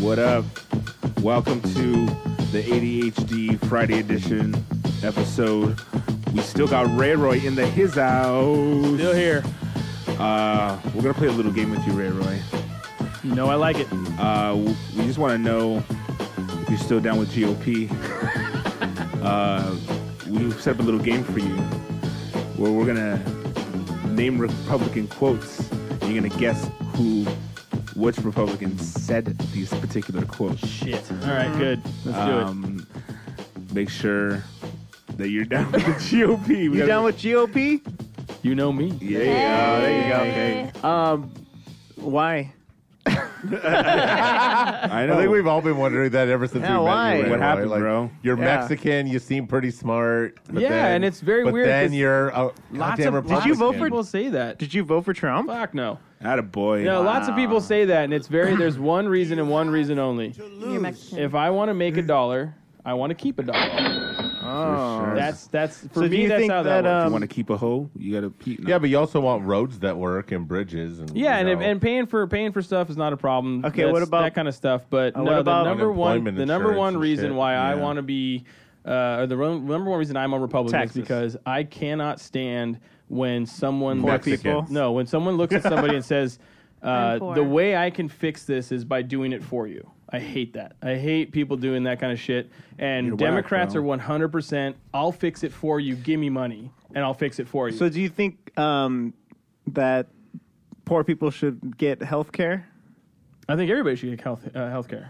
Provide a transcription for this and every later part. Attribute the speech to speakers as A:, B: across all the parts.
A: What up? Welcome to the ADHD Friday edition episode. We still got Ray Roy in the his house.
B: Still here.
A: Uh, we're gonna play a little game with you, Ray Roy.
B: You know I like it.
A: Uh, w- we just want to know if you're still down with GOP. uh, we set up a little game for you where we're gonna name Republican quotes. And you're gonna guess who, which Republican said these particular quotes.
B: Shit. All
C: Mm-hmm.
B: right, good. Let's do
A: Um, make sure that you're down with the GOP. We gotta-
C: You down with GOP?
B: it. You know me.
A: Yeah, yeah, there you go. Okay.
C: Um, why?
A: I know.
D: I think we've all been wondering that ever since
C: Yeah,
D: we
C: why?
D: met you. Ray
A: What
D: Roy.
A: happened,
D: Like,
A: bro?
D: You're
C: Yeah.
D: Mexican. You seem pretty smart. But
B: Yeah,
D: then,
B: and it's very
D: but
B: weird
D: Then
B: 'cause
D: you're a
B: Lots
D: goddamn
B: of, lots
C: Did you
B: of
C: vote for-
B: people say that.
C: Did you vote for Trump?
B: Fuck no.
A: Atta boy.
B: No, lots of people say that, and it's very. There's one reason and one reason only.
E: You're Mexican.
B: If I want to make a dollar, I want to keep a dollar.
A: sure.
B: That's that's for
C: So do
B: me.
C: you
B: That's
C: think
B: how that,
C: that,
B: works.
C: um,
A: you want to keep a hoe? You gotta pee. no.
D: Yeah, but you also want roads that work and bridges and
B: yeah,
D: you
B: and, if,
D: know.
B: and paying for paying for stuff is not a problem.
C: Okay,
B: That's-
C: what about-
B: that kind of stuff? But
C: Uh,
B: no,
C: what about-
B: the number one,
D: Unemployment
B: the number
D: insurance
B: one
D: and
B: reason
D: shit,
B: why I
D: yeah.
B: want to be, uh, or the ro- number one reason I'm a Republican
C: Taxes.
B: is because I cannot stand when someone
D: Poor
B: looks,
D: people?
B: No, when someone looks at somebody and says, uh,
E: I'm poor.
B: "The way I can fix this is by doing it for you." I hate that. I hate people doing that kind of shit. And
A: whack,
B: Democrats
A: bro.
B: are 100. percent I'll fix it for you. Give me money, and I'll fix it for you.
C: So do you think um, that poor people should get health care
B: I think everybody should get health uh, health care.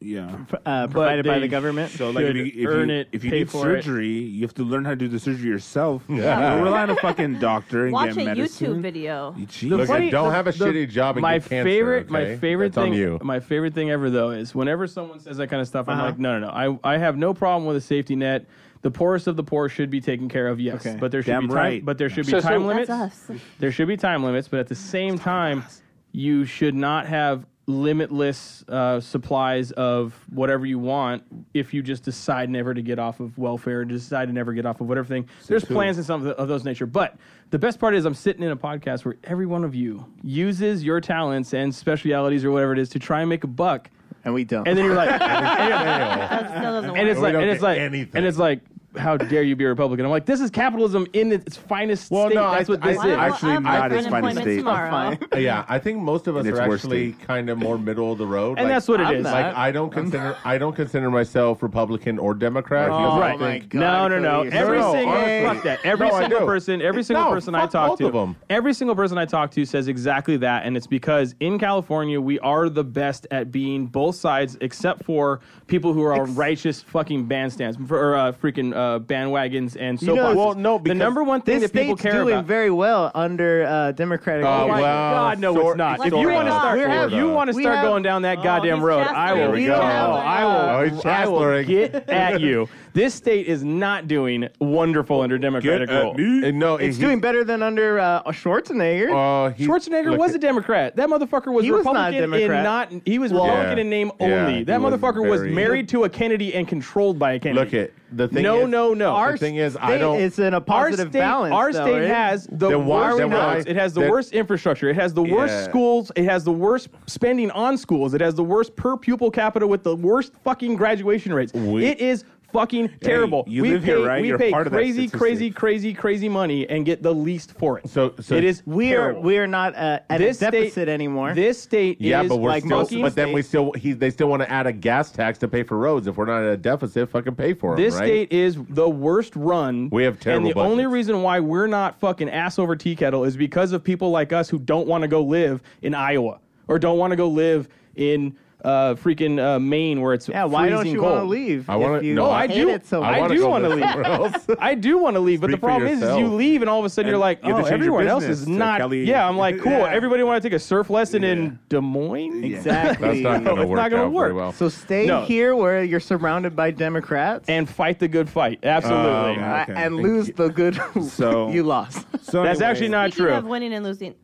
A: yeah.
C: uh, provided by
B: they
C: the government?
B: should-
A: So like if you,
B: Should
A: if
B: earn
A: you,
B: it,
A: if you
B: pay
A: need
B: for it.
A: surgery, you have to learn how to do the surgery yourself.
D: Yeah.
A: Don't rely on a fucking doctor and
E: Watch
A: get
E: a YouTube
A: medicine.
E: video.
A: YouTube
D: Look,
B: funny-
D: I don't
B: the-
D: have a
B: the-
D: shitty job and
B: my
D: get cancer,
B: favorite
D: okay?
B: my favorite
D: That's
B: thing
D: On you.
B: my favorite thing ever though is whenever someone says that kind of stuff i'm
C: Uh-huh.
B: like no no no I, I have no problem with a safety net the poorest of the poor should be taken care of yes
C: Okay.
B: but there should
A: Damn
B: be time
A: right.
B: but there should be
F: So- so-
B: time limits
E: That's us.
B: there should be time limits but at the same time you should not have limitless uh, supplies of whatever you want if you just decide never to get off of welfare decide to never get off of whatever thing there's
A: true.
B: plans and some of, the, of those nature but the best part is i'm sitting in a podcast where every one of you uses your talents and specialities or whatever it is to try and make a buck
C: and we don't.
B: and then you're like and, you're-
E: That still doesn't
B: and it's
D: We
B: like
D: don't
B: and it's
D: get
B: like
D: anything.
B: and it's like how dare you be a republican i'm like this is capitalism in its finest
D: Well,
B: state
D: no,
B: that's
D: I-
B: what this
D: I-
B: is
E: Why
A: actually
E: don't I
A: not
E: apply
A: as
E: for
A: fine a
E: unemployment
A: state.
E: tomorrow.
D: yeah, I think most of us
A: And it's
D: are
A: worse
D: actually kind of more middle of the road,
B: And
D: like-
B: that's what it
C: I'm
B: is.
C: not.
D: Like I don't consider I don't consider myself Republican or Democrat. because
C: Oh
D: I
B: right.
C: my
D: think-
B: no,
C: God,
B: no, no.
C: Cody, you're
B: Every
D: so-
B: single
D: Hey.
B: fuck that. Every
D: No, I
B: single
D: do.
B: person, every single
D: No,
B: person I
D: fuck
B: talk
D: both
B: to,
D: of 'em.
B: every single person I talk to says exactly that, and it's because in California we are the best at being both sides, except for people who are righteous fucking bandstands or uh, freaking uh, bandwagons and
C: know,
B: soapboxes.
D: well, no,
B: the
D: because
B: number one thing
C: this
B: that people
C: state's
B: care
C: doing
B: about.
C: very well under uh, Democratic.
D: Uh,
B: Oh my
C: leadership.
D: well,
B: God, no,
D: sort-
B: it's not. If
E: sorta.
B: you want to start,
C: We're
B: if you
D: having-
B: want to
C: we
B: start
C: have-
B: going down that goddamn
E: he's
B: road, I
E: chastising.
B: will.
C: We
B: go.
C: don't have
B: Oh,
C: one.
B: I will.
D: Oh, he's
B: I will
D: chastising.
B: get at you. This state is not doing wonderful under Democratic rule.
D: And no,
C: it's
D: he-
C: doing better than under uh, Schwarzenegger.
D: uh, he-
B: Schwarzenegger
D: look
B: was a
D: at-
B: Democrat. That motherfucker was
C: He was not
B: Republican
C: a
B: in
C: Democrat.
B: not he was Republican in name
D: Yeah,
B: only.
D: he
B: That
D: was
B: motherfucker was
D: very-
B: married to a Kennedy and controlled by a Kennedy.
D: Look at the thing.
B: No,
D: is-
B: no, no.
D: The thing is, I
C: state
D: don't.
C: is in a
B: Our
C: positive
B: state,
C: balance.
B: our
C: though,
B: state
C: right?
B: has the
D: Then why-
B: worst
D: then why-
B: roads. It has the
D: then-
B: worst infrastructure. It has the worst
D: Yeah.
B: schools. It has the worst spending on schools. It has the worst per pupil capita with the worst fucking graduation rates.
D: We-
B: it is fucking terrible.
A: you
B: we
A: live
B: pay,
A: here, right?
B: We
A: You're
B: pay
A: part of that
B: crazy,
A: statistic.
B: crazy, crazy, crazy money and get the least for it.
D: So- so-
B: it is
C: We are
B: terrible.
C: we are not uh, at
B: this
C: a deficit
B: state,
C: anymore.
B: This state
D: Yeah,
B: is
D: but we're
B: like
D: still.
B: fucking-
D: But then we still. He, they still want to add a gas tax to pay for roads. If we're not at a deficit, fucking pay for them.
B: This
D: right?
B: state is the worst run.
D: We have
B: And
D: terrible
B: the only
D: budgets.
B: reason why we're not fucking ass over tea kettle is because of people like us who don't want to go live in Iowa or don't want to go live in uh, freaking uh, Maine where it's
C: yeah, why don't
B: freezing
C: you
B: cold.
C: want to leave?
D: I wanna-
C: if you
D: no, I
C: hate
B: do-
C: It so
B: I
C: much?
D: wanna
B: do
D: go
B: wanna leave.
D: somewhere else.
B: I do want to leave, but the
D: Speak for
B: problem is, is you
D: yourself.
B: leave and all of a sudden
A: And
B: you're like,
A: you have
B: oh,
A: to change your
B: everyone else
A: business
B: is
A: to
B: not.
A: Kelly-
B: Yeah, I'm like, cool.
C: Yeah.
B: Everybody want to take a surf lesson in Des Moines.
D: That's
C: Exactly.
D: not going to
B: it's
D: work.
B: not gonna
D: out
B: work.
D: Very well.
C: So stay
B: No.
C: here where you're surrounded by Democrats
B: And fight the good fight. Absolutely.
A: Um,
C: I-
A: Okay.
C: and lose the good
A: So-
C: you lost.
A: So
B: That's
A: anyway,
B: actually not
E: Speaking
B: true.
E: of winning and losing,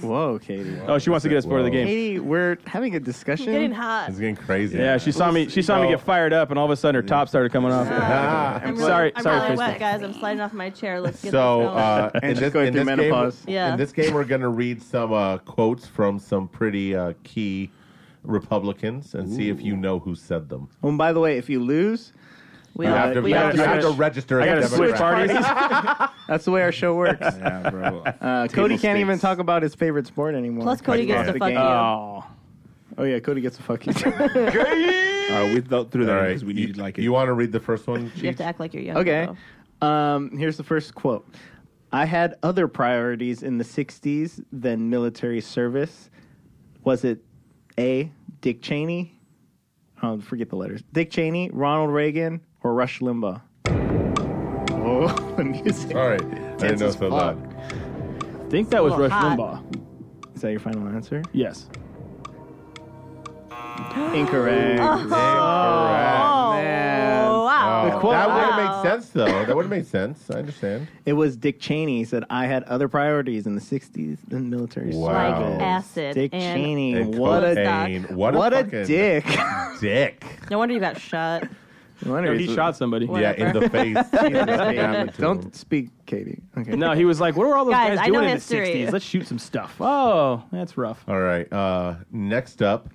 C: Whoa, Katie.
B: Oh, she wants to get us part of the
D: Whoa.
B: game.
C: Katie, we're having a discussion.
E: getting hot.
D: it's getting crazy.
B: Yeah, she saw me. She saw
D: Oh.
B: me get fired up, and all of a sudden her top started coming off.
D: Ah.
E: I'm
B: sorry-
E: really, I'm
B: sorry,
E: really
B: Kristen.
E: wet, guys. I'm sliding off my chair. Let's get
D: So
E: this going.
D: uh, in
C: And she's
D: this,
C: going
D: in
C: through
D: this
C: menopause.
D: Game,
E: Yeah.
D: In this game, we're going to read some uh, quotes from some pretty uh, key Republicans and see if you know who said them.
C: Oh, and by the way, if you lose,
E: We
D: You
E: all-
D: have to,
E: we
D: you
E: all
D: have to- you have
E: switch.
D: to register
B: I
D: as
B: gotta
D: a
B: switch
D: Democrat.
B: parties.
C: that's the way our show works.
A: Yeah, bro.
C: Uh,
A: Table
C: Cody can't even
A: stakes.
C: talk about his favorite sport anymore.
E: Plus, Cody gets
A: Yeah.
E: to
C: The
E: fuck you.
C: game. Oh yeah, Cody gets a fuck you.
A: All right, we thought through
D: All
A: that
D: right.
A: because we
D: You-
A: needed like a
D: You want to read the first one?
E: you have
D: Cheech?
E: to act like you're young.
C: okay, um, here's the first quote. I had other priorities in the '60s than military service. Was it A. Dick Cheney? Oh, forget the letters. Dick Cheney, Ronald Reagan, or Rush Limbaugh? Oh, the music.
D: All right. I didn't
C: Tense
D: know
C: as
D: so
C: fuck.
D: loud.
B: I think that was
E: little
B: Rush
E: hot.
B: Limbaugh.
C: Is that your final answer?
B: Yes.
C: Incorrect.
D: Correct.
E: Oh,
C: man.
E: wow.
D: Oh, that would have made
E: Wow.
D: sense, though. That would have made sense. I understand.
C: It was Dick Cheney He said I had other priorities in the '60s than military
D: Wow.
C: service.
D: Like
E: acid
C: Dick
E: and-
C: Cheney,
D: And
C: what a
D: cocaine. What a,
C: what a
D: fucking
C: dick!
D: dick.
E: No wonder you got shot.
C: No wonder
B: No, he
C: he's-
B: shot somebody.
D: Yeah, in the face. Jesus, that happened to him.
C: Don't speak, Katie. Okay.
B: No, he was like, "What were all those guys,
E: Guys, I
B: doing
E: know
B: in
E: history.
B: the '60s? Let's shoot some stuff." Oh, that's rough.
D: All right. Uh, next up,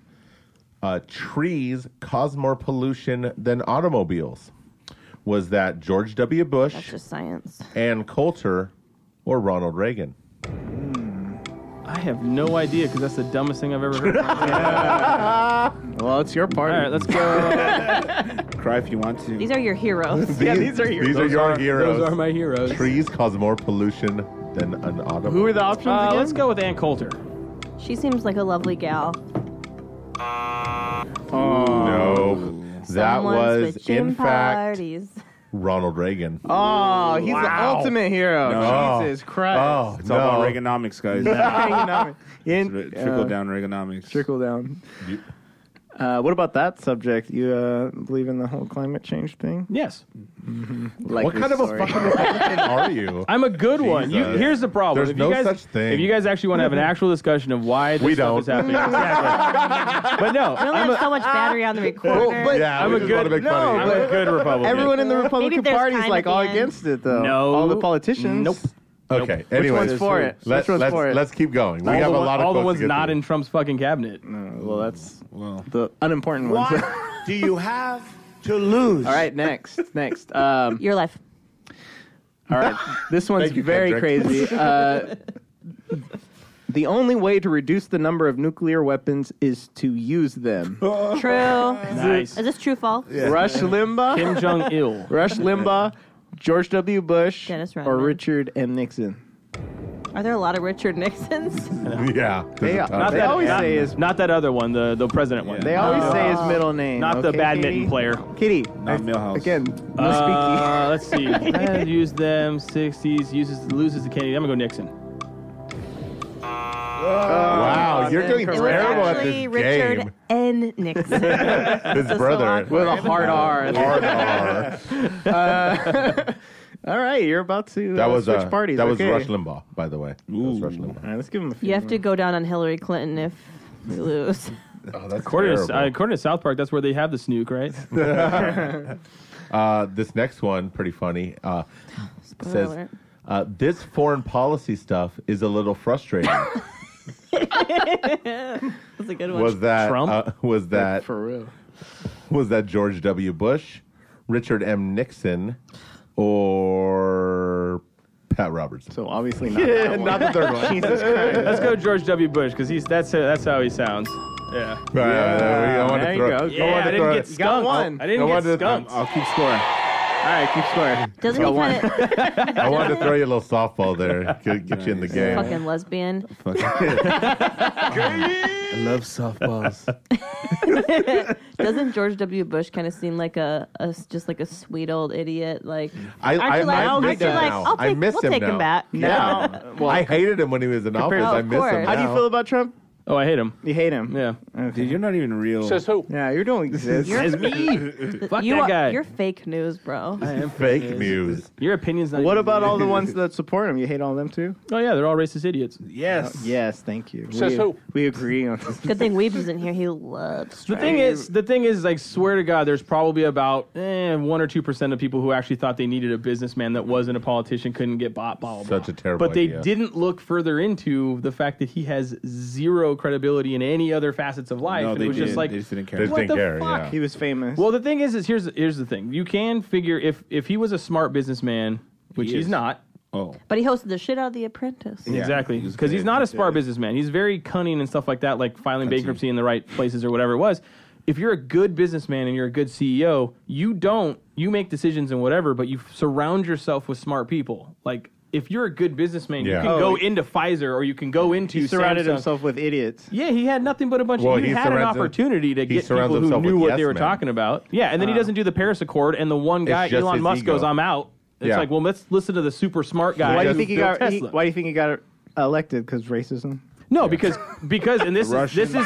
D: uh, trees cause more pollution than automobiles. Was that George W.
E: That's
D: Bush,
E: just science.
D: Ann Coulter, or Ronald Reagan?
B: I have no idea because that's the dumbest thing I've ever heard. all
C: Well, it's your part.
B: right, let's go.
A: cry if you want to.
E: These are your heroes.
C: Yeah, these are your-
D: these are
B: Those
D: your
B: are-
D: heroes.
B: Those are my heroes.
D: Trees cause more pollution than an automobile.
C: Who are the options
B: Uh,
C: again?
B: let's go with Ann Coulter.
E: she seems like a lovely gal.
D: No, that
E: Someone's
D: was
E: bitching
D: in fact
E: parties.
D: Ronald Reagan.
C: Oh, he's
A: Wow.
C: the ultimate hero.
D: No.
C: Jesus
D: Oh,
C: Christ.
A: it's
D: no.
A: all about Reaganomics, guys.
C: Reaganomics. In-
A: Tri- trickle
C: uh,
A: down Reaganomics.
C: Trickle down.
D: You-
C: Uh, what about that subject? You uh, believe in the whole climate change thing?
B: Yes,
C: Like
D: What kind of a fucking Republican are you?
B: I'm a good one. You,
D: Jesus.
B: here's the problem.
D: There's
B: if
D: no
B: you guys,
D: such thing.
B: If you guys actually want to have an actual discussion of why this
D: We
B: stuff
D: don't.
B: is happening, exactly. but no,
E: We only
B: I'm a,
E: have so much battery on the recorder.
D: yeah,
B: I'm
D: we
B: a
D: just
B: good-
D: wanna make fun of
C: no,
D: you.
B: I'm a good Republican.
C: Everyone in the Republican
E: there's
C: Party is
E: kind
C: like
E: at the
C: all
E: end.
C: against it, though.
B: No.
C: all the politicians.
B: Nope.
D: Okay.
B: Which
D: Anyways,
C: one's for it?
D: Let,
C: Which one's
D: let's,
C: for it?
D: let's keep going. We
B: all
D: have
B: the,
D: a
B: one-
D: lot of
B: all the
D: quotes
B: ones
D: to get
B: not
D: through.
B: in Trump's fucking cabinet.
C: Uh, well, that's
A: Well,
C: the unimportant ones. all
F: What do you have to lose?
C: right, next, next. Um,
E: Your life.
C: All right. This one's
D: Thank you,
C: very
D: Kendrick.
C: crazy. Uh, the only way to reduce the number of nuclear weapons is to use them.
E: True.
B: Nice.
E: Is this true false?
C: Rush Limbaugh,
B: Kim Jong Il.
C: Rush Limbaugh, George W. Bush,
E: Dennis
C: or
E: Rodman.
C: Richard M. Nixon.
E: Are there a lot of Richard Nixons?
D: Yeah. there's
C: They-
D: a
C: not
D: ton.
C: They always
B: not,
C: say is-
B: not that other one, the the president one.
C: They always say his middle name.
B: not the
C: okay,
B: badminton
C: Kitty?
B: player.
C: Kitty.
A: not Millhouse.
C: Again, no speaking.
B: Uh, let's see. Brad used them. 60s uses loses the Kennedy. I'm gonna go Nixon.
D: wow, you're doing
E: It was
D: terrible at this
E: actually
D: game.
E: Richard N. Nixon.
D: His
E: a
D: brother.
E: salon.
C: With a hard R.
D: Hard R.
C: All right, you're about to uh,
D: That was
C: switch
D: uh,
C: parties.
D: That was
C: okay.
D: Rush Limbaugh, by the way. That was
A: Ooh.
D: Rush
C: All
D: Limbaugh.
C: right, let's give him a few.
E: you have to go down on Hillary Clinton if you lose.
D: Oh, that's
B: According
D: terrible.
B: to, uh, according to South Park, that's where they have the snook, right?
D: Uh, this next one, pretty funny. Uh,
E: Spoiler
D: says,
E: alert.
D: uh, this foreign policy stuff is a little frustrating.
E: That's a good one.
D: was that
B: Trump?
D: uh, was that
C: For real.
D: was that George W. Bush, Richard M. Nixon, or Pat Roberts?
C: So obviously not. that one.
D: not the third one.
C: Jesus Christ.
B: Let's go George W. Bush because he's that's uh, that's how he sounds. Yeah.
D: Right,
C: Yeah.
D: I wanna
C: There you
D: throw-
C: go.
D: don't
C: Yeah,
D: wanna
B: I didn't
D: throw-
B: get
C: You got
B: skunked.
C: one.
B: I didn't
D: Go
B: get
D: on to-
B: skunked.
A: I'll keep scoring.
C: All right, keep scoring.
E: Doesn't
C: Got
E: he
C: one.
E: kind of
D: I wanted to throw you a little softball there, get, get you in the game.
E: fucking lesbian?
A: Fuck. I love softballs.
E: Doesn't George W. Bush kind of seem like a, a just like a sweet old idiot? Like
D: I, I,
E: Actually,
D: I,
E: I'll-
D: miss
E: actually,
D: him
E: like,
D: now.
E: I'll
D: I
E: take-
D: miss
E: we'll
D: him
E: take
D: now.
E: him back.
D: Yeah. I hated him when he was in office.
E: Oh,
D: I
E: of
D: miss him.
E: course.
D: Now.
C: How do you feel about Trump?
B: Oh, I hate him.
C: You hate him.
B: Yeah.
A: Dude, you're not even real.
B: who?
C: Yeah, you don't exist.
B: It's me. Fuck
E: you
B: that
E: are,
B: guy.
E: you're fake news, bro.
D: fake news?
B: Your opinion's not.
C: what
B: even-
C: about all the ones that support him? You hate all them too?
B: Oh yeah, they're all racist idiots.
A: yes.
C: Yes, thank you.
B: Says
C: we,
B: who?
C: We agree on this.
E: Good thing Weebs is in here. He loves.
B: The thing is, the thing is, like, swear to God, there's probably about eh, one or two percent of people who actually thought they needed a businessman that wasn't a politician couldn't get bought. Blah, blah,
D: Such
B: blah.
D: a terrible
B: But they
D: idea.
B: didn't look further into the fact that he has zero no credibility in any other facets of life.
A: No,
B: and
A: they
B: it was just
A: didn't.
B: like
A: They just didn't care.
D: They
B: What
D: didn't
B: the
D: care,
B: fuck?
D: yeah.
C: He was famous.
B: Well, the thing is, is here's here's the thing. You can figure if if he was a smart businessman, which
A: He
B: he's
A: is.
B: not
A: Oh,
E: But he hosted the shit out of The Apprentice.
A: Yeah,
B: exactly
A: he was
B: because he's
A: good.
B: not a
A: Yeah.
B: smart businessman. He's very cunning and stuff like that, like filing
A: Cunty.
B: bankruptcy in the right places or whatever it was. If you're a good businessman and you're a good CEO, you don't you make decisions and whatever, but you surround yourself with smart people. Like if you're a good businessman,
D: Yeah.
B: you can
D: Oh,
B: go
C: he-
B: into Pfizer or you can go into
C: he surrounded
B: Samsung.
C: himself with idiots.
B: Yeah, he had nothing but a bunch.
D: Well,
B: of, he,
D: he
B: had an
D: surrounds him-
B: opportunity to
D: he
B: get
D: surrounds
B: people who
D: himself
B: knew
D: with
B: what
D: yes
B: they were
D: men. Uh-huh.
B: talking about. Yeah, and then he doesn't do the Paris Accord, and the one guy,
D: just
B: Elon
D: his
B: Musk,
D: ego.
B: goes, "I'm out." It's
D: Yeah.
B: like, well, let's listen to the super smart guy.
C: Why do you
B: who
C: think he
B: built
C: got? He,
B: Tesla.
C: why do you think he got elected? Because racism.
B: No, because because and this is this is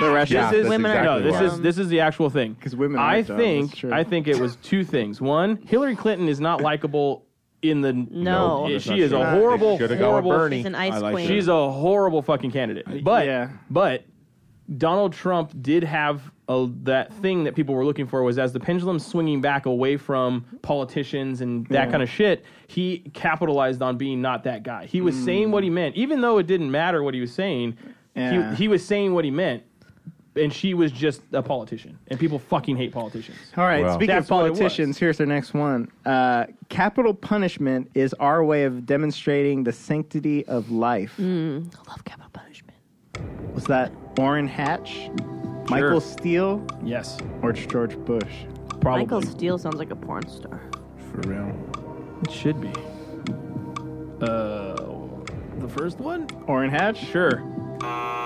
C: The Russians.
D: Yeah,
B: this is
D: that's
E: Women are
B: no,
D: exactly
B: this
D: why.
B: is this is the actual thing.
C: 'Cause women are
B: I
C: dumb, that's
B: think
C: true.
B: I think it was two things. One, Hillary Clinton is not likable in the
E: No.
B: Yeah,
E: No,
A: that's not
B: she is
A: true.
B: a horrible,
D: They should've gone with
B: horrible
D: Bernie.
E: She's an ice
A: I like
E: queen.
A: her.
B: She's a horrible fucking candidate. But
C: yeah.
B: but Donald Trump did have a, that thing that people were looking for was as the pendulum swinging back away from politicians and that kind of shit. He capitalized on being not that guy. He was saying what he meant, even though it didn't matter what he was saying.
C: Yeah.
B: He, he was saying what he meant, and she was just a politician. And people fucking hate politicians.
C: All right.
D: Well.
C: speaking
B: That's
C: of
B: what it was.
C: politicians, here's our next one. Uh, capital punishment is our way of demonstrating the sanctity of life.
E: I love capital punishment.
C: Was that Orrin Hatch, Michael Steele,
B: Yes,
C: or George Bush?
B: probably
E: Michael Steele sounds like a porn star.
A: for real.
B: It should be. Uh, the first one.
C: Orrin Hatch.
B: Sure.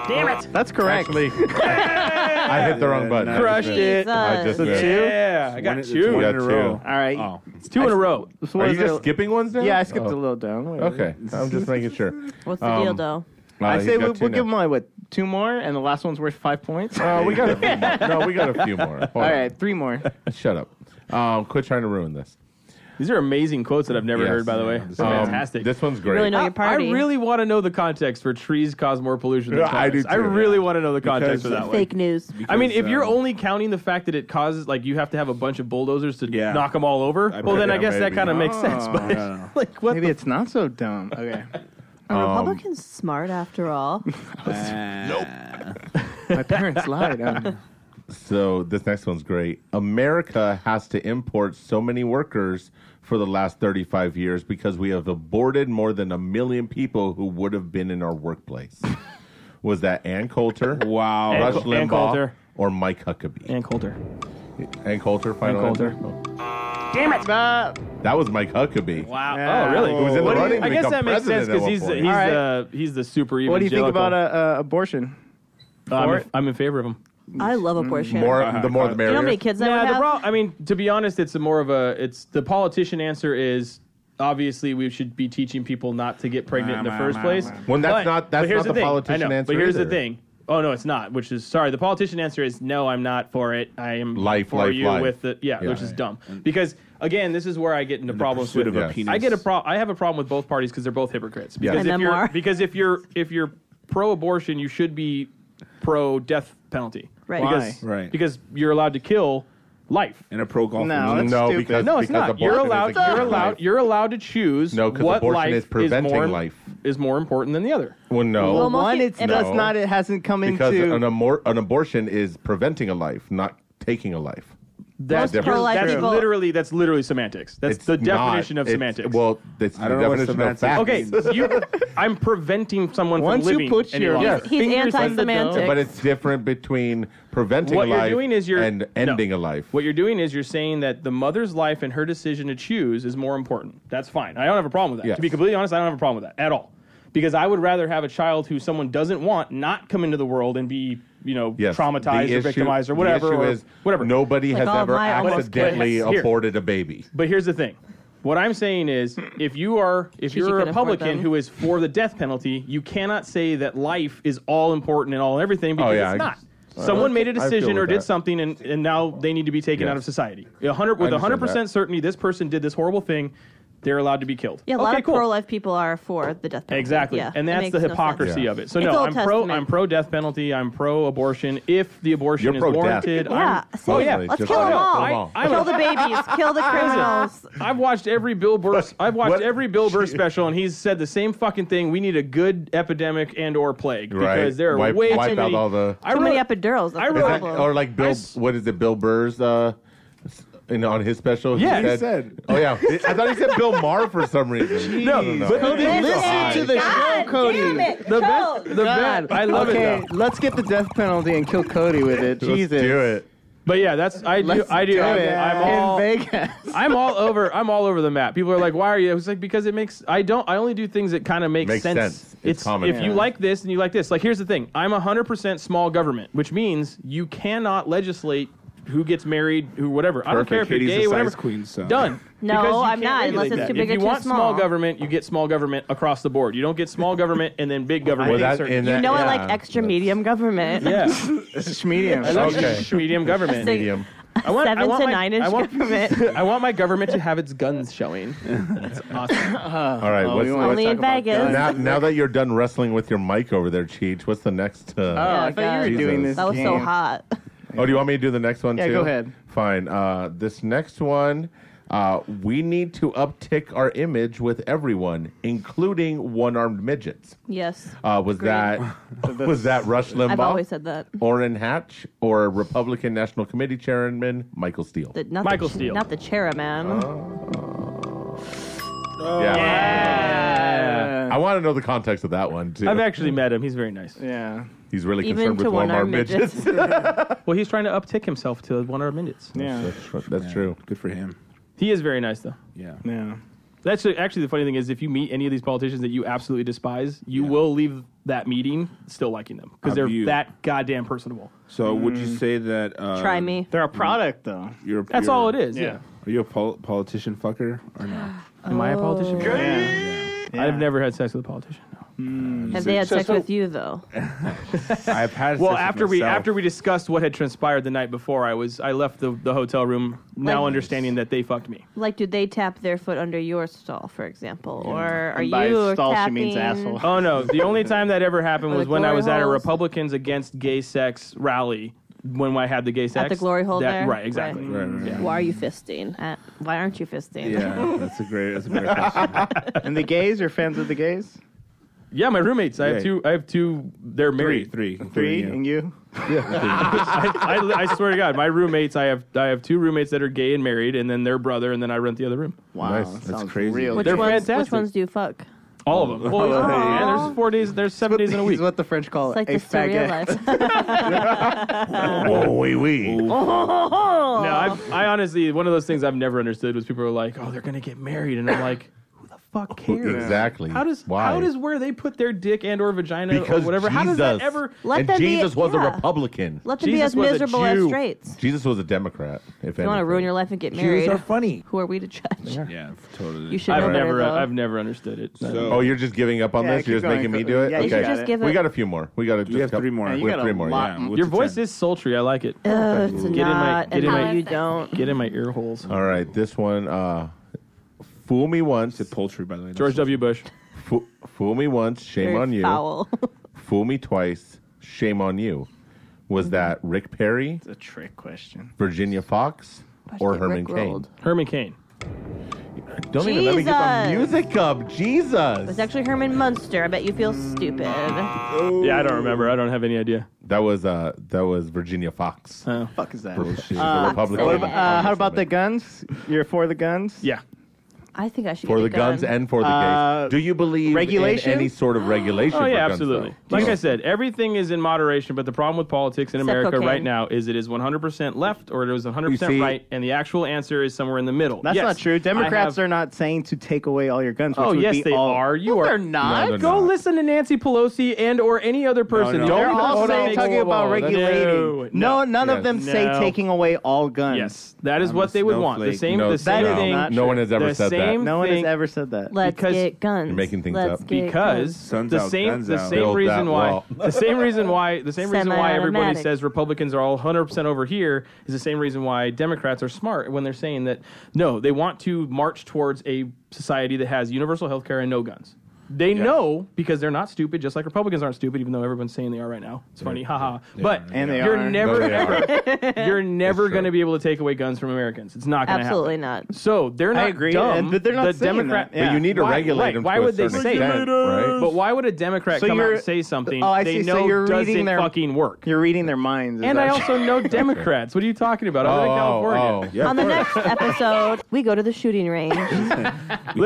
B: Damn it.
C: That's correct.
D: Actually, I hit the wrong button.
B: Crushed it.
D: I just
E: Jesus.
D: missed.
B: Yeah, I got
A: It's
B: two.
A: One
D: Got
A: in a
D: two.
A: row.
C: All right.
A: Oh,
B: It's two in a row.
C: So what
D: Are
C: is
D: you just
C: it-
D: skipping ones now?
C: Yeah, I skipped
D: Oh,
C: a little down. Wait.
D: Okay, I'm just making sure.
E: What's the deal, though?
D: Uh,
C: I
D: he's
C: say
D: got
C: we,
D: two
C: we'll
D: now.
C: give him like what two more, and the last one's worth five points. All
D: Oh, we got a few more. No, we got a few more. Hold on.
C: right, three more.
D: Shut up. Um, quit trying to ruin this.
B: These are amazing quotes that I've never
D: Yes.
B: heard, by the way. It's
D: Um,
B: fantastic.
D: This one's great.
E: really know
B: I,
E: your party.
B: I really want to know the context for trees cause more pollution than
D: Yeah, I
B: cars.
D: do
B: I
D: too.
B: really want to know the
A: Because-
B: context for that one.
E: Fake news.
B: I mean, if
A: Because,
B: you're
A: um,
B: only counting the fact that it causes, like, you have to have a bunch of bulldozers to
A: Yeah.
B: knock them all over, well, then
D: yeah,
B: I guess that
D: maybe.
B: kind of makes sense.
C: Oh,
B: But,
A: yeah, no.
B: like, what
C: Maybe
B: the
C: it's not so dumb. Okay,
E: Are Republicans smart after all?
C: my parents lied. Um,
D: So this next one's great. America has to import so many workers for the last 35 years because we have aborted more than a million people who would have been in our workplace. Was that Ann Coulter?
A: Wow.
D: Rush
B: Ann- Ann
D: Limbaugh
B: Coulter.
D: or Mike Huckabee?
B: Ann Coulter.
D: Ann Coulter, final
B: Ann Coulter.
D: answer?
B: Damn it!
D: Oh. That was Mike Huckabee.
B: Wow.
C: Yeah.
B: Oh, really?
D: Who was in the
B: What do you-
D: running to
B: I guess
D: become
B: that makes sense
D: president at
B: because
D: one
B: he's, the-
D: point.
B: he's,
C: All right.
B: the, he's the super evangelical.
C: what do you think about uh, uh, abortion?
B: Uh, I'm,
C: for-
B: in, I'm in favor of him.
E: I love abortion.
D: More, the more the
E: you
D: merrier.
E: know how many kids I
B: Yeah,
E: would
B: the
E: have?
B: prob- I mean, to be honest, it's a more of a. It's the politician answer is obviously we should be teaching people not to get pregnant in the first place.
D: When that's
B: But-
D: not- that's
B: but here's
D: not the
B: thing.
D: politician
B: I know,
D: answer
B: But here's the
D: either.
B: thing. Oh no, it's not. Which is sorry. The politician answer is no. I'm not for it. I am
D: Life,
B: for
D: life,
B: you
D: life.
B: with the yeah,
D: Yeah.
B: which is dumb. Because again, this is where I get into problems
A: pursuit
B: with
A: of
D: Yes.
A: a penis.
B: I get a pro- I have a problem with both parties because they're both hypocrites.
D: Yeah.
B: Because
E: And
B: if you're
E: memoir.
B: because if you're if you're pro-abortion, you should be pro-death penalty.
E: Right.
B: Because,
A: Why? Right.
B: Because you're allowed to kill life.
A: and a pro golfer.
C: No, that's
D: no,
C: stupid.
D: because,
B: No, it's
D: because
B: not. You're
D: abortion
B: allowed.
D: is against
B: You're
D: life.
B: allowed. You're allowed to choose.
D: No, 'cause
B: what
D: abortion
B: life
D: is preventing
B: more,
D: life.
B: is more important than the other.
D: Well, no.
E: Well,
C: One,
E: mostly-
C: it's
E: No.
C: that's not. It hasn't come
D: because
C: into.
D: an, amor- an abortion is preventing a life, not taking a life.
B: That's,
D: Most pro-life
B: that's
E: people-
B: literally that's literally semantics. That's
D: It's
B: the
D: not-
B: definition of
D: it's-
B: semantics.
D: Well, that's
A: I
D: the
A: don't know what
D: definition of
A: semantics
D: fact.
B: okay, you, I'm preventing someone
C: Once
B: from
C: you
B: living.
C: put
B: any
C: your-
B: longer.
D: Yes.
E: He's
C: Fingers on the
E: anti-semantic.
C: dome.
D: But it's different between preventing
B: What
D: a
B: you're
D: life
B: doing is you're
D: and ending
B: no.
D: a life.
B: What you're doing is you're saying that the mother's life and her decision to choose is more important. That's fine. I don't have a problem with that.
D: Yes.
B: To be completely honest, I don't have a problem with that at all. Because I would rather have a child who someone doesn't want not come into the world and be, you know,
D: Yes.
B: traumatized
D: The
B: or
D: issue-
B: victimized or
D: the
B: whatever.
D: issue
B: or
D: is
B: whatever.
D: Nobody
E: Like
D: has
E: all
D: ever
E: my almost
D: accidentally
B: kids. Here.
D: aborted a baby.
B: But here's the thing. What I'm saying is,
D: Hmm.
B: if you are if
E: Geez, you
B: you're a
E: couldn't afford
B: Republican
E: them.
B: who is for the death penalty, you cannot say that life is all important and all everything because
D: Oh, yeah,
B: it's
D: I-
B: not.
D: I-
B: Someone made a
D: I feel
B: decision
D: with
B: or did
D: that.
B: something, and, and now they need to be taken
D: Yes.
B: out of society. A hundred
D: I
B: with
D: understand
B: hundred percent
D: that.
B: certainty, this person did this horrible thing. They're allowed to be killed.
E: Yeah, a lot
B: Okay,
E: of
B: cool.
E: pro-life people are for the death penalty.
B: Exactly,
E: Yeah,
B: and
E: it
B: that's
E: makes
B: the
E: no sense.
B: hypocrisy of it. So
E: It's
B: no,
E: Old
B: I'm pro.
E: Testament.
B: I'm pro death penalty. I'm pro abortion. If the abortion
D: You're
B: is
D: pro-death.
B: warranted,
E: Yeah,
B: I'm,
E: same.
B: oh yeah,
D: Totally.
E: let's
D: Just
E: kill
D: kill
E: them all.
D: them all.
B: I- I'm
E: kill
B: a-
E: the babies. Kill the criminals.
B: I've watched every Bill Burr. I've watched
D: what-
B: every Bill Burr special, and he's said the same fucking thing. We need a good epidemic and or plague because
D: Right.
B: there are
D: Wipe-
B: way
D: wipe
B: too
D: out
B: many.
D: all the-
B: I
E: Too many
B: wrote,
E: epidurals. That's
B: I
E: the
B: wrote-
D: Is that-
E: problem.
D: or like Bill,
B: I s-
D: what is it, Bill Burr's? Uh, s- in, on his special,
B: Yeah, he
A: said.
D: Oh yeah, I thought he said Bill Maher for some reason.
A: No,
D: but
E: Listen
C: listen to the show, Cody.
E: Damn it,
B: the
E: Code.
B: best. The best. I love
C: okay,
B: it. Though.
C: let's get the death penalty and kill Cody with it.
D: Let's
C: Jesus.
D: do it.
B: But yeah, that's I do.
C: Let's
B: I do.
C: do
B: I'm,
C: it.
B: I'm all.
C: in Vegas.
B: I'm all over. I'm all over the map. People are like, "Why are you?" It's like because it makes. I don't. I only do things that kind of make
D: Makes sense. It's common
B: if you
D: sense.
B: like this and you like this. Like here's the thing. I'm 100% small government, which means you cannot legislate who gets married, who whatever. I don't
A: Perfect.
B: care if
A: Katie's
B: you're
A: a
B: gay,
A: size
B: whatever.
A: queen, so.
B: Done.
E: No,
B: Because you
E: I'm
B: can't
E: not, unless
B: regulate
E: it's
B: that.
E: too big
B: If
E: or
B: you
E: too
B: want
E: small.
B: government, you get small government across the board. You don't get small government and then big government.
D: Well, that-
B: Certain-
D: and
E: You
D: that-
E: know, I
D: yeah.
E: like extra medium government.
B: yeah,
C: medium.
B: I love
D: Okay.
B: medium government.
E: Six-
D: Medium.
B: I want, I
E: Seven
B: want
E: to
B: my-
E: nine inch
B: I want,
E: government.
B: I want my government to have its guns showing. That's awesome.
E: Uh,
D: All right,
C: Oh,
D: what's
C: we wanna
E: Only
C: talk
E: in
C: about
E: Vegas.
C: guns.
D: now, now that you're done wrestling with your mic over there, Cheech, what's the next?
C: Oh,
D: Uh,
E: Yeah,
C: I thought you
E: guys.
C: were doing this.
E: That was so
C: game.
E: hot.
D: oh. do you want me to do the next one
C: Yeah,
D: too?
C: go ahead.
D: Fine. Uh, this next one, uh, we need to uptick our image with everyone, including one-armed midgets.
E: Yes,
D: Uh, was that was that Rush Limbaugh?
E: I've always said that.
D: Orrin Hatch or Republican National Committee Chairman Michael Steele.
E: The, not
B: Michael
E: the,
B: Steele.
E: not the chair, man.
D: yeah.
C: Yeah.
D: I want to know the context of that one too.
B: I've actually met him. He's very nice.
C: Yeah.
D: He's really
E: Even
D: concerned
E: to
D: with
E: one
D: Walmart
E: arm
D: midgets.
E: midgets.
B: Well, he's trying to uptick himself to one of our minutes.
C: Yeah.
D: That's, tr- that's true.
A: Good for him.
B: He is very nice, though.
A: Yeah.
C: Yeah.
B: That's actually the funny thing is if you meet any of these politicians that you absolutely despise, you will leave that meeting still liking them because
A: I've
B: they're
A: you.
B: that goddamn personable.
A: So would you say that uh,
E: Try me.
C: They're a product, though.
A: You're,
B: That's
A: you're-
B: all it is. Yeah.
A: Are you a pol- politician fucker or no?
B: Am I a politician?
A: Oh.
C: Yeah.
B: I've never had sex with a politician.
E: Have they had
B: So-
E: sex
B: so-
E: with you though?
A: I've had. sex
B: Well,
A: with
B: after we
A: myself.
B: after we discussed what had transpired the night before, I was I left the, the hotel room now
E: Like-
B: understanding that they fucked me.
E: Like, did they tap their foot under your stall, for example, or are
C: And by
E: you
C: stall,
E: tapping?
C: she means asshole.
B: Oh no! The only time that ever happened
E: Or
B: was
E: the
B: when I
E: glory
B: was at a
E: holes.
B: Republicans against gay sex rally when I had the gay sex
E: the glory hole
B: That-
E: there?
B: Right, exactly.
A: Right, right, right.
E: Why are you fisting? Uh, why aren't you fisting?
A: Yeah, that's a great. That's a better question.
C: And the gays are fans of the gays?
B: Yeah, my roommates. I have
A: Yeah.
B: two. I have two. They're
A: Three,
B: married.
A: three,
C: Three
A: including
C: and
A: you.
C: you?
B: I, I, I swear to God, my roommates. I have I have two roommates that are gay and married, and then their brother, and then I rent the other room.
C: Wow.
D: Nice.
C: that
A: That's
C: sounds
A: crazy.
C: Real.
E: Which
B: They're
E: ones,
B: fantastic.
E: Which ones do you fuck?
B: All of them. Well, yeah, there's four days. There's seven days in a
C: This is
B: week.
C: what the French call
E: It's like
C: a
E: the surreal
C: faggot.
E: life.
D: Oh, wee wee.
E: oh,
B: No, I've, I honestly one of those things I've never understood was people are like, oh, they're gonna get married, and I'm like, who the fuck cares?
D: Exactly.
B: How does
D: Why?
B: how does where they put their dick and or vagina
D: because
B: or whatever?
D: Jesus
B: How does that ever?
E: Let
D: and
E: them be-
D: Jesus was a
E: yeah.
D: Republican.
E: Let them
B: Jesus
E: be
B: was a
E: as miserable as
B: Jew.
E: straight. If
D: Jesus was a Democrat. If
E: you want to ruin your life and get married,
G: Jews are funny.
E: who are we to judge?
A: Yeah, totally.
E: You should know
B: I've
E: better,
B: never
E: though.
B: I've never understood it.
A: So-
D: Oh, you're just giving up on
C: Yeah,
D: this.
C: keep
D: You're just
C: going.
D: making me do it.
C: Yeah, you
D: okay.
C: got
E: Just
C: it.
E: give
D: we
E: it-
D: got a few more. We got a.
A: We have three more.
C: Yeah, you
D: We have
C: got
D: three
C: a
D: more.
C: lot
D: Yeah.
C: more.
A: What's
B: Your
A: the
B: voice
A: ten?
B: is sultry. I like it.
D: Oh,
E: Ugh, it's
B: in my-
E: not,
B: get in
E: and
B: my-
E: how you don't.
B: Get in my ear holes.
D: All right, this one. Uh, fool me once.
A: It's poultry, by the way.
B: George W. Bush.
D: Fool, fool me once. Shame
E: Very
D: on you.
E: Foul.
D: Fool me twice. Shame on you. Was
E: Mm-hmm.
D: that Rick Perry,
C: It's a trick question.
D: Virginia Fox, or
E: Get
D: Herman Cain?
E: rickrolled.
B: Herman Cain.
D: Don't even let me get the
E: Jesus.
D: music up.
E: It was
D: Jesus.
E: actually Herman Munster. I bet you feel stupid.
B: Yeah, I don't remember. I don't have any idea.
D: That was uh that was Virginia
B: Uh,
D: Fox.
C: fuck is that?
D: She's a Republican.
C: What about, uh, how about the guns? You're for the guns?
B: Yeah.
E: I think I should
D: for
E: get
D: the
E: a
D: guns
E: gun.
D: and for the
C: Uh,
D: gays? Do you believe
C: regulation?
D: in any sort of regulation?
B: Oh
D: for
B: yeah,
D: guns,
B: absolutely.
D: though?
B: Like I said, everything is in moderation, but the problem with politics in
E: Except
B: America
E: cocaine.
B: right now is it is 100% left or it is 100%
D: You see-
B: right, and the actual answer is somewhere in the middle.
C: That's
B: Yes,
C: not true. Democrats
B: I have-
C: are not saying to take away all your guns. Which
B: Oh
C: would
B: yes,
C: be
B: they
C: all-
B: are. You
C: No,
B: are
C: They're not.
D: they're
B: Go
D: not.
B: listen to Nancy Pelosi and or any other person.
A: no.
B: The
C: They're
B: only
C: all
B: person that
C: saying,
B: makes-
C: talking about
B: Whoa, that-
C: regulating. No,
B: No,
C: none
D: Yes.
C: of them say
B: No.
C: taking away all guns.
B: Yes, that is
A: I'm a
B: what they would want. The
A: snowflake.
B: same,
D: No,
B: the same
C: that is
B: thing.
C: not
D: no one has ever
B: the
D: said
B: same same-
D: that.
C: No one has
B: Think-
C: ever said that.
E: Let's
B: Because-
E: get guns.
D: You're making things
E: Let's
D: up.
E: get
B: because
E: guns.
A: Guns
B: the
A: out,
B: same
A: guns
B: the
A: out.
B: same
D: Build
B: reason
D: that
B: why
D: wall.
B: the same reason why the same reason why everybody
E: Semi-automatic.
B: says Republicans are all 100% over here is the same reason why Democrats are smart when they're saying that no, they want to march towards a society that has universal health care and no guns. They know because they're not stupid, just like Republicans aren't stupid, even though everyone's saying they are right now. It's funny, haha. But
C: And they
B: you're
C: are.
B: never
D: No, they aren't.
B: ever you're never
D: That's true.
B: going to be able to take away guns from Americans. It's not going to happen.
E: Absolutely not.
B: So they're not
C: I agree,
B: dumb,
C: and- but they're not
B: the
C: saying
B: Democrat.
C: that. Yeah.
D: But you need to
B: Why-
D: regulate
B: right,
D: them.
B: why
D: to a
B: would they
D: certain
B: say that?
D: extent, right?
B: But why would a Democrat
C: So
B: come out
C: you're-
B: and say something
C: Oh, I
B: they
C: see.
B: know
C: So you're
B: doesn't
C: reading their-
B: fucking work?
C: You're reading their minds. is
B: And I
C: that-
B: also know Democrats. What are you talking about? I live
D: Oh,
B: in California.
A: Yeah,
E: On
A: of
E: the
A: course.
E: next episode, we go to the shooting range.
A: We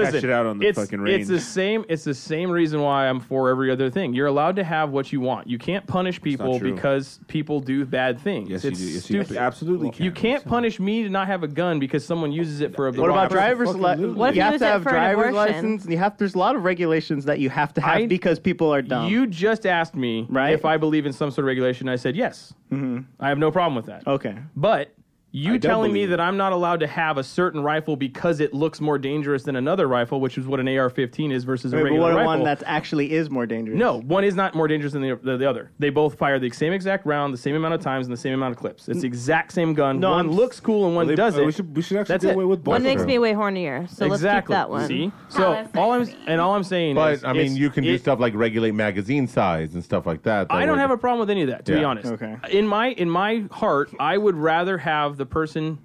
A: got shit out on the
B: it's,
A: fucking range.
B: it's the same. It's the same reason why I'm for every other thing. You're allowed to have what you want. You can't punish people
A: true.
B: because people do bad things.
A: yes, you
B: it's
A: do. Yes, you
B: stupid.
A: absolutely can.
B: You can't punish me to not have a gun because someone uses it for a.
C: What about
B: derogatory-
C: driver's
A: fucking
C: license?
A: lose
E: What if
C: you
E: you
C: have
E: use
C: to
E: it
C: have
E: for an
C: driver's
E: abortion?
C: license. You have. There's a lot of regulations that you have to have
B: I-
C: because people are dumb.
B: You just asked me
C: Right?
B: if I believe in some sort of regulation. I said yes. Mm-hmm. I have no problem with that.
C: okay?
B: But
A: I
B: you
A: don't
B: telling me
A: believe
B: that
A: it.
B: I'm not allowed to have a certain rifle because it looks more dangerous than another rifle, which is what an AR-15 is versus a
C: Wait, but
B: regular
C: what
B: rifle.
C: one that actually is more dangerous?
B: no, one is not more dangerous than the, the, the other. They both fire the same exact round, the same amount of times, and the same amount of clips. It's the exact same gun.
C: No,
B: one
C: I'm- oh,
B: looks cool and one
A: They-
B: doesn't.
A: Oh, We should, we should actually
B: That's
A: do
B: it.
A: away with both.
E: one makes
A: of
E: me
A: them.
E: way hornier, so let's keep
B: exactly.
E: that one.
B: See, so all I'm and all I'm saying is,
D: But I mean,
B: it's-
D: you can do
B: it-
D: stuff like regulate magazine size and stuff like that. that
B: I don't
D: would-
B: have a problem with any of that, to be
D: Yeah.
B: honest.
C: Okay.
B: In my in my heart, I would rather have the person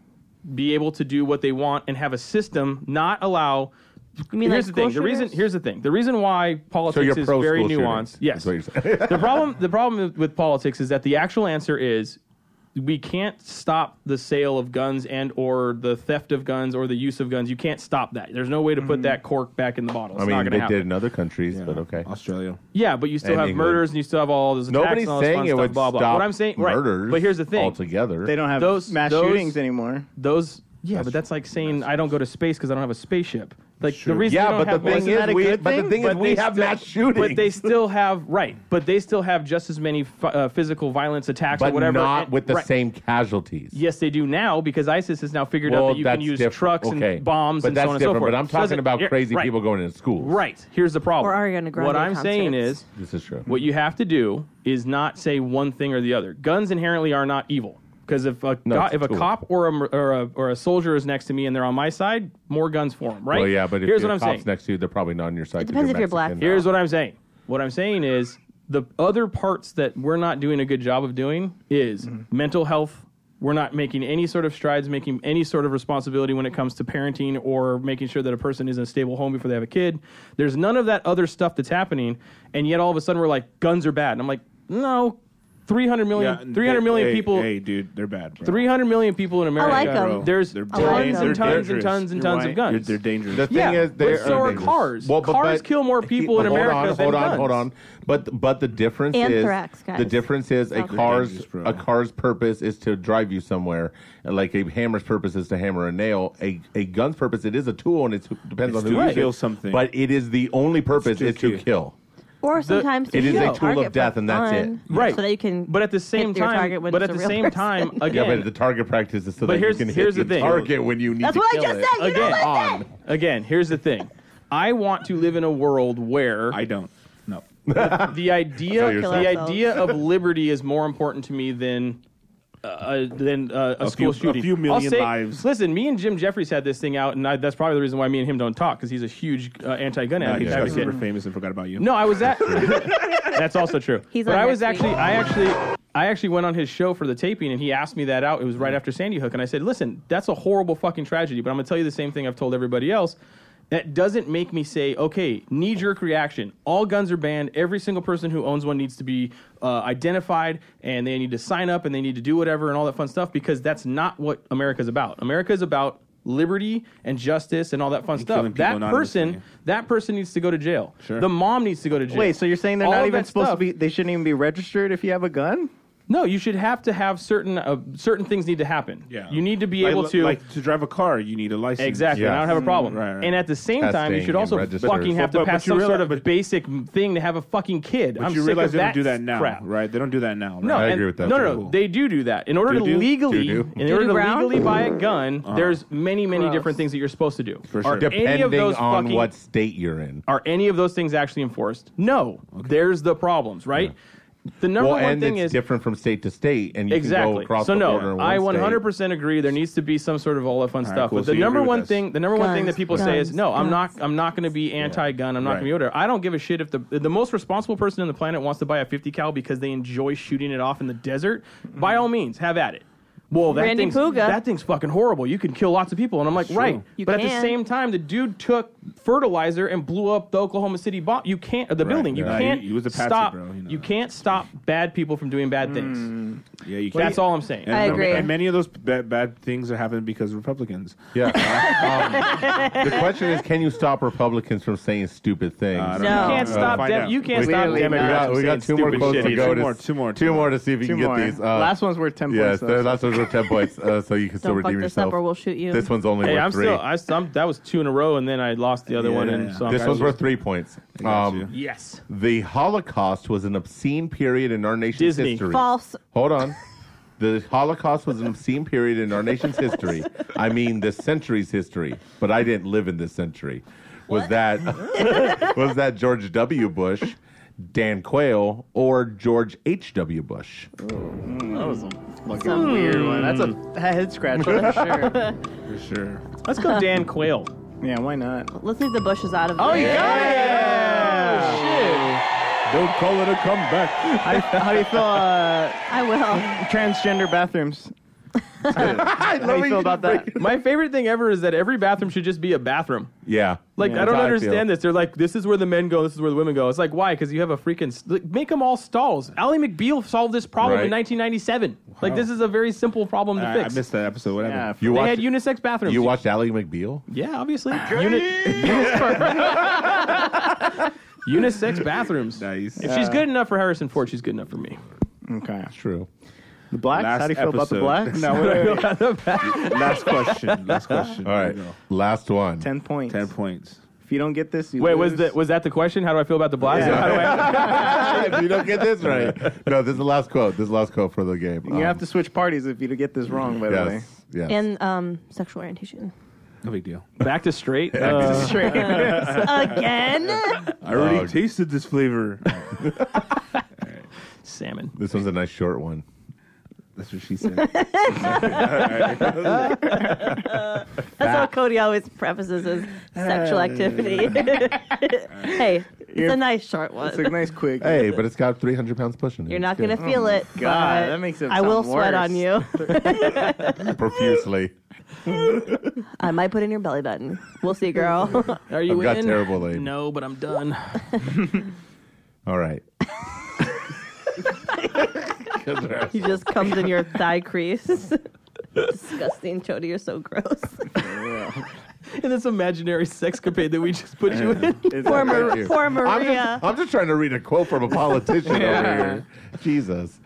B: be able to do what they want and have a system not allow.
E: You mean
B: here's
E: like
B: the thing. The
E: school
B: reason
E: shooters?
B: here's the thing. The reason why
D: So you're
B: politics is
D: pro
B: very
D: school shooting,
B: nuanced.
D: is
B: Yes.
D: what you're saying.
B: the problem the problem with politics is that the actual answer is we can't stop the sale of guns and or the theft of guns or the use of guns. You can't stop that. There's no way to put that cork back in the bottle. It's not
D: I mean,
B: going
D: they
B: to happen.
D: did in other countries, but okay.
A: Australia.
B: Yeah, but you still
D: And
B: have
D: England.
B: murders and you still have all those attacks
D: Nobody's
B: and all this
D: saying
B: fun
D: it
B: stuff,
D: would
B: blah, blah.
D: stop
B: What I'm saying, right?
D: murders.
B: But here's the thing:
D: altogether.
C: they don't have
B: Those-
C: mass
B: those-
C: shootings anymore.
B: those, yeah, but that's like saying I don't go to space because I don't have a spaceship. Like the reason,
D: Yeah,
B: they don't
D: but the
B: have mass-
D: thing
C: Wasn't that
D: is,
C: a
D: we,
C: good
D: but the
C: thing?
D: thing is,
B: But
D: we
B: they
D: have
B: still-
D: mass shootings.
B: But they still have right. But they still have just as many fu- uh, physical violence attacks
D: but
B: or whatever.
D: not
B: and-
D: with the
B: right.
D: same casualties.
B: Yes, they do now because ISIS has now figured out
D: well,
B: that you
D: that's
B: can use
D: different.
B: trucks
D: okay.
B: and bombs
D: but
B: and
D: that's
B: so on and
D: different.
B: so forth.
D: But I'm talking
B: Doesn't-
D: about
B: yeah,
D: crazy
B: right,
D: people going to schools.
B: Right. Here's the problem.
E: Or Ariana Grande
B: What I'm saying
E: concerts.
B: is
D: This is true.
B: What you have to do is not say one thing or the other. Guns inherently are not evil. Because if a
D: No,
B: co-
D: it's
B: if a
D: cool.
B: cop or a, mer- or a or a soldier is next to me and they're on my side, more guns for them, right?
D: Well, yeah, but if
B: here's
D: your
B: what I'm
D: cop's
B: saying.
D: next to you, they're probably not on your side.
E: It
D: 'cause
E: depends if you're black.
D: Mexican.
B: Here's what I'm saying. What I'm saying is the other parts that we're not doing a good job of doing is mental health. We're not making any sort of strides, making any sort of responsibility when it comes to parenting or making sure that a person is in a stable home before they have a kid. There's none of that other stuff that's happening, and yet all of a sudden we're like, guns are bad. And I'm like, no, 300 million, 300 million
A: hey,
B: people.
A: Hey, dude, they're bad. Bro.
B: 300 million people in America.
E: like 'em.
A: Bro,
B: There's
A: they're
B: tons
E: like
B: and
E: 'em. They're
B: tons and
A: dangerous.
B: tons and
C: You're
B: tons
C: right.
B: of guns.
A: They're, they're dangerous.
D: The thing
B: Yeah,
D: is, they
B: but so are cars. Cars kill more people in America
D: Hold on,
B: than
D: hold on,
B: guns.
D: hold on. But but the difference
E: Anthrax,
D: is
E: guys.
D: the difference is a
E: Okay.
D: car's
A: Dangerous, bro.
D: a car's purpose is to drive you somewhere. Like a hammer's purpose is to hammer a nail. A a gun's purpose it is a tool and it depends
A: It's
D: on
A: to
D: who uses it.
A: kill something.
D: But it is the only purpose
A: to
D: is to
A: kill.
D: kill.
E: or sometimes
D: it
E: to
D: is a
E: shoot
D: tool
E: target
D: of death
E: for
D: and that's it.
E: fun,
B: Right.
E: So that you can.
B: But at the same
E: hit your
B: time,
E: target when
B: but at
E: it's a
B: the
E: real
B: same
E: person.
B: time, again,
D: Yeah, but the target practice is
B: But
D: so that
B: here's-
D: you can
B: here's
D: hit
B: the thing.
D: target when you need
E: That's
D: to
E: what I
D: kill
E: just
D: it.
E: said. You
B: again,
E: know what?
B: on again. Here's the thing. I want to live in a world where
A: I don't. No.
B: the idea
D: you're
B: the
E: saying.
B: idea of liberty is more important to me than uh, than uh, a,
A: A few-
B: school
A: a
B: shooting.
A: few million
B: I'll say-
A: lives.
B: Listen, me and Jim Jeffries had this thing out, and I, that's probably the reason why me and him don't talk because he's a huge uh, anti-gun
A: no he
B: advocate.
A: just got super
B: advocate.
A: famous and forgot about you.
B: No, I was at. that's also true.
E: He's
B: but
E: on
B: I was
E: next
B: actually,
E: week.
B: I actually, I actually went on his show for the taping, and he asked me that out. It was right after Sandy Hook, and I said, "Listen, that's a horrible fucking tragedy." But I'm gonna tell you the same thing I've told everybody else. That doesn't make me say, "Okay, knee jerk reaction. All guns are banned. Every single person who owns one needs to be uh, identified, and they need to sign up, and they need to do whatever, and all that fun stuff." Because that's not what America's about. America's about liberty and justice and all that fun
A: killing
B: stuff.
A: people
B: That person,
A: anonymously.
B: that person needs to go to jail.
A: Sure.
B: The mom needs to go to jail.
C: Wait, so you're saying they're
B: All
C: not
B: of
C: even
B: that
C: supposed
B: stuff-
C: to be? They shouldn't even be registered if you have a gun.
B: No, you should have to have certain uh, certain things need to happen.
A: Yeah.
B: You need to be
A: Like-
B: able to
A: like to drive a car. You need a license.
B: Exactly. And I
D: Yes.
B: don't have a problem.
A: Right, right.
B: And at the same time, you
D: Testing
B: should also
D: and registers.
B: fucking have
A: But-
B: to
A: but-
B: pass
A: but you
B: some sort
A: realize-
B: of
A: but-
B: basic thing to have a fucking kid.
A: But
B: I'm
A: you
B: sick
A: realize
B: of
A: they
B: that
A: don't do that now,
B: crap.
A: right? They don't do that now.
B: No,
A: right?
D: I
B: and-
D: agree with that.
B: No, no,
D: Cool.
B: no. They do do that. In order to
A: Do-do? Uh-huh.
B: legally,
D: Do-do.
B: in order to
E: Do-do brown?
B: legally buy a gun, there's many, many
E: Gross.
B: different things that you're supposed to do.
A: For
B: Are
A: sure.
B: any of
D: Depending
B: those
D: on
B: fucking
D: what state you're in.
B: are any of those things actually enforced? No. There's the problems, right? The number
D: Well,
B: one
D: and
B: thing
D: it's
B: is
D: different from state to state, and you can go
B: exactly.
D: across
B: So
D: the
B: no,
D: border. in one
B: I
D: state.
B: 100% agree. There needs to be some sort of all that fun
A: All right,
B: stuff.
A: cool.
B: But
A: So
B: the
A: you
B: number
A: agree with
B: one
A: us.
B: thing, the number one thing
E: Guns,
B: that people say is,
E: guns,
B: no, I'm not,
E: guns.
B: I'm not going to be anti-gun. I'm not
A: Right.
B: going to be older. I don't give a shit if the the most responsible person on the planet wants to buy a 50 cal because they enjoy shooting it off in the desert.
A: Mm-hmm.
B: By all means, have at it. Well, that
E: Randy
B: thing's
E: Puga.
B: that thing's fucking horrible. You can kill lots of people, and I'm like, right.
E: You
B: but at the
E: can.
B: same time, the dude took fertilizer and blew up the Oklahoma City bomb. You can't uh, the building. You
A: yeah.
B: can't
A: He- he was a patsy,
B: stop.
A: bro, you know Mm.
B: you
A: that.
B: can't stop bad people from doing bad things.
A: Yeah, you
B: That's all I'm saying.
A: And,
E: I agree.
A: And many of those bad, bad things are happening because of Republicans.
D: Yeah. Um, the question is, can you stop Republicans from saying stupid things?
A: Uh, I don't
E: No.
A: know.
B: You can't
A: Uh,
B: stop.
A: find
B: Dem-
A: out.
B: you can't
C: Really
B: stop
C: not.
D: we
B: Democrats.
D: got,
B: from
D: we got
B: saying
D: two more
A: stupid
D: quotes
A: shit.
D: to
A: Yeah,
D: go.
A: two
D: to,
A: more, two more,
D: Two
A: two
D: more
A: more.
D: to see if you
C: Two
D: can get
C: more.
D: these. Uh,
C: last one's worth 10
D: Yes,
C: points. though,
D: the last one's worth ten points, uh, so you can still
E: Don't fuck
D: redeem
E: this
D: yourself.
E: up or we'll shoot you.
D: This one's only
B: Hey,
D: worth
B: I'm
D: three.
B: still. I, I'm, that was two in a row, and then I lost the other
A: Yeah,
B: one.
A: yeah,
B: And
A: yeah.
B: so I'm
D: this
B: back
D: one's
B: to-
D: worth three points.
A: got
D: Um,
A: you.
B: Yes.
D: The Holocaust was an obscene period in our nation's
B: Disney.
D: history.
E: False.
D: Hold on. The Holocaust was an obscene period in our nation's history. I mean, this century's history, but I didn't live in this century. Was that was that George W. Bush, Dan Quayle, or George H. W. Bush?
C: That was a fucking
B: Hmm.
C: weird one. That's a head scratcher.
E: sure.
A: For sure.
B: Let's go, Dan Quayle.
C: yeah, why not?
E: Let's leave the bushes out of it. Oh,
D: Don't call it a comeback.
C: How do you, how do you feel uh,
E: I will.
C: transgender bathrooms?
D: I
C: How do you feel about that?
B: My favorite thing ever is that every bathroom should just be a bathroom.
D: Yeah.
B: Like
D: Yeah,
B: I don't
D: that's how feel.
B: understand this. They're like, this is where the men go, this is where the women go. It's like why? Because you have a freaking s- like, make them all stalls. Ally McBeal solved this problem in
D: Right.
B: 1997. Like this is a very simple problem to
A: I, I
B: fix.
A: missed that episode. What
C: Yeah,
A: happened?
D: You
B: they
D: watch
B: had unisex bathrooms.
D: You watched Ally McBeal?
B: yeah, obviously. Uni- unisex bathrooms.
A: Nice.
B: If she's good enough for Harrison Ford, she's good enough for me.
C: Okay.
D: True.
C: The blacks?
A: Last
C: how do you feel about the
A: episode.
C: blacks?
A: No, wait, wait, wait. last question. Last question.
D: All right.
A: Here we go.
D: Last one.
C: 10 points.
A: Ten points.
C: If you don't get this, you
B: Wait, was
C: lose.
B: that was that the question? How do I feel about the blacks?
D: Yeah.
B: How do I-
D: if you don't get this right. No, this is the last quote. This is the last quote for the game. Um,
C: You have to switch parties if you get this wrong, by the way.
D: uh, Yes. Yes.
E: And um, sexual orientation.
A: No big deal.
B: back to straight. Uh,
E: Again?
A: I already
D: Dog.
A: tasted this flavor.
B: salmon.
D: this one's a nice short one.
A: That's what she said.
E: That's how Cody always prefaces his sexual activity. hey, it's a nice short
C: It's a
E: one.
C: nice quick.
D: Hey, but it's got 300 pounds pushing it.
E: You're not going to feel it.
C: God,
E: but
C: that makes it
E: I will
C: sound
E: sweat
C: worse.
E: on you.
D: to profusely.
E: I might put in your belly button. We'll see, girl.
B: Are you
D: I've got
B: in?
D: terrible aim.
B: No, but I'm done.
D: All right.
E: he just comes in your thigh crease. Disgusting, Cody. You're so gross.
B: in this imaginary sexcapade that we just put you in.
C: It's-
E: poor,
D: Thank
E: Mar-
D: you.
E: poor
D: I'm
E: Maria.
D: just, Oh, I'm just trying to read a quote from a politician over here. Jesus.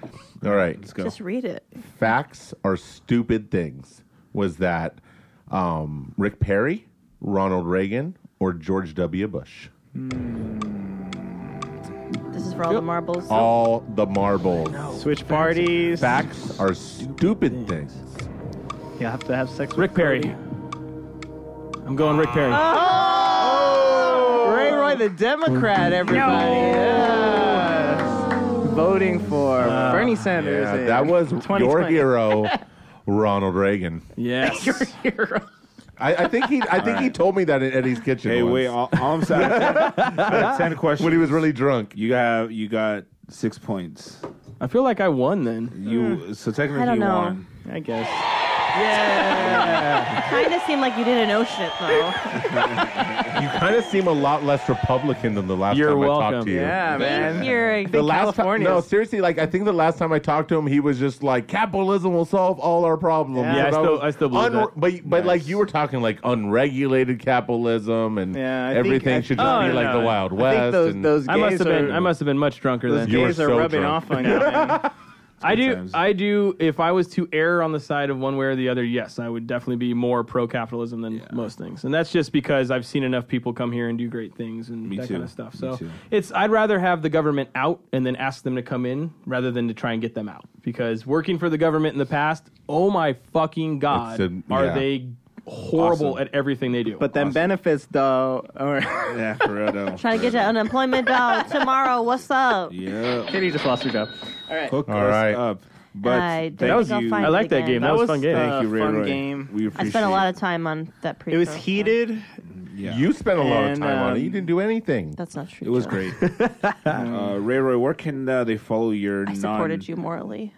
D: All right.
A: Let's go.
E: Just read it.
D: facts are stupid things was that um, Rick Perry, Ronald Reagan, or George W. Bush?
E: This is for all the marbles.
D: All the marbles.
C: Switch parties.
D: Facts are stupid things.
C: You have to have sex.
B: Rick Perry. I'm going Rick Perry.
C: Ah. Oh! Ray Roy, the Democrat, everybody. Yes. Voting for Bernie Sanders.
D: Yeah,
C: in
D: that was your
C: 2020.
D: hero, Ronald Reagan.
B: yes.
D: I, I think he. I think he told me that at Eddie's Kitchen.
A: Hey,
D: once,
A: wait. All, all I'm saying. I had ten questions.
D: when he was really drunk.
A: You got. You got six points.
B: I feel like I won then.
A: You. So technically,
E: Hmm. I don't
A: you
E: know.
A: won.
C: I guess.
E: Kind of seemed like you didn't know shit, though.
D: You kind of seem a lot less Republican than the last
B: You're
D: time I
B: welcome.
D: talked to you.
C: Yeah, man.
E: You're
D: The last time,
C: California's-
D: no, seriously, like I think the last time I talked to him, he was just like, "Capitalism will solve all our problems."
C: Yeah, I
D: And
B: still-
D: was
B: I still believe that.
D: But but like you were talking like unregulated capitalism and
C: Yeah, I think-
D: everything
C: I-
D: should just
B: Oh,
D: be
B: no,
D: like the
B: no.
D: Wild
C: I
D: West.
C: think those,
D: and-
C: those
B: I must
C: gays
B: have been.
C: are-
B: I must have been much drunker
C: Those
B: then.
D: You were
C: gays are
D: so
C: rubbing
D: drunk.
C: off on you. man.
B: I do.
A: times.
B: I do. If I was to err on the side of one way or the other, yes, I would definitely be more pro-capitalism than most things, and that's just because I've seen enough people come here and do great things and
A: Me
B: that
A: too.
B: kind of stuff.
A: Me
B: So
A: too.
B: it's. I'd rather have the government out and then ask them to come in rather than to try and get them out. Because working for the government in the past, oh my fucking god,
D: It's a-
B: are
D: yeah.
B: they horrible
D: Awesome.
B: at everything they do?
C: But then benefits, though, or
A: Yeah, for real though.
E: Trying to get your unemployment job tomorrow. What's up?
A: Yeah.
C: Katie just lost her job.
A: Hook
D: All
A: us
D: right.
A: up. But
E: I don't
A: thank
E: think I'll
A: you.
E: find
B: I like that
E: Again.
B: game. That,
E: That
B: was a fun
C: was,
B: game.
C: uh,
A: Thank you, Ray
C: fun
A: Roy.
C: game.
A: We
E: I
A: appreciate
E: spent a lot of time on that pre.
C: It was heated.
A: Yeah.
D: You spent a lot of
C: And,
D: time on it.
C: um,
D: You didn't do anything.
E: That's not true.
A: It was
E: Joe.
A: great. uh, Ray Roy, where can uh, they follow your
E: I
A: non
E: supported you morally.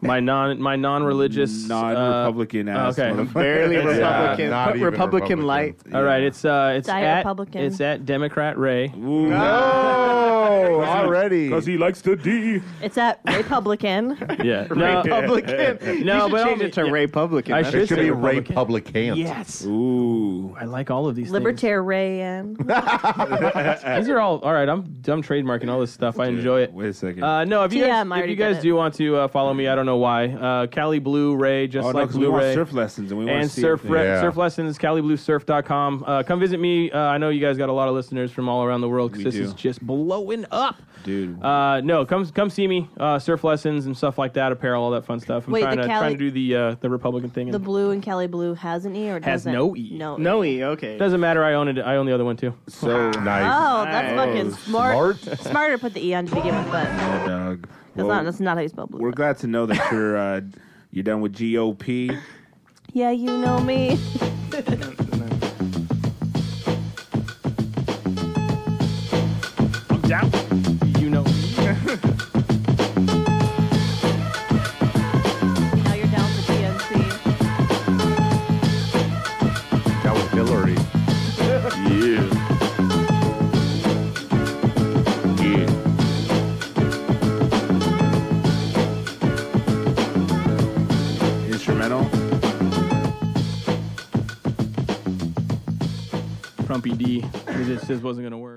B: My non my non-religious
A: non-Republican
B: uh,
A: ass?
B: okay.
A: motherfucker?
C: Barely
D: Yeah,
C: Republican.
D: not
C: Republican,
D: even Republican.
C: light.
B: All right, it's uh, it's
E: Die
B: at
E: Republican.
B: it's at Democrat Ray.
A: Ooh.
D: Oh, already.
A: Because he likes to D.
E: It's at Republican.
B: Yeah, no,
C: Republican.
B: No,
C: you should
B: but
C: change
B: I'll-
C: it to
B: yeah.
C: Republican.
B: I
C: That's-
B: should
D: It should be Ray
B: Republican.
D: Publicans.
B: yes,
A: Ooh.
B: I like all of these.
E: Libertarian.
B: things. these are all all right. I'm I'm trademarking all this stuff. I enjoy it.
A: Wait a second.
B: Uh, no, if you
E: TM, I
B: guys, if
E: already
B: you
E: did
B: guys
E: it.
B: do want to uh, follow me, I don't know why. Uh, Cali Blue Ray, just
A: oh, no,
B: like
A: 'cause we
B: Blue
A: want
B: Ray.
A: surf lessons and we want
B: and
A: to see
B: surf
A: everything.
B: re-
D: Yeah.
B: surf lessons calibluesurf.com uh, come visit me uh, i know you guys got a lot of listeners from all around the world
A: We
B: because this
A: do.
B: is just blowing up
A: Dude.
B: uh, no come come see me uh, surf lessons and stuff like that apparel all that fun stuff i'm
E: Wait,
B: trying,
E: the
B: to,
E: Cali-
B: trying to do the uh, the republican thing
E: The
B: and
E: blue and Cali blue has an E or
B: Has
E: doesn't?
B: no E.
E: No.
C: no E. Okay.
B: doesn't matter i own it i own the other one too
D: So nice.
E: Oh, that's
C: Nice.
E: fucking smart.
D: Smart.
E: Smarter to put the E on to begin with, but that's,
A: Yeah, dog. Well,
E: not, that's not how you spell blue.
A: we're glad to know that you're uh, you're done with GOP.
E: yeah, you know me.
B: i'm down you know
E: Now you're down with DNC.
D: That was Hillary.
A: Yeah. Yeah. Instrumental.
B: trumpy d it just, just wasn't gonna work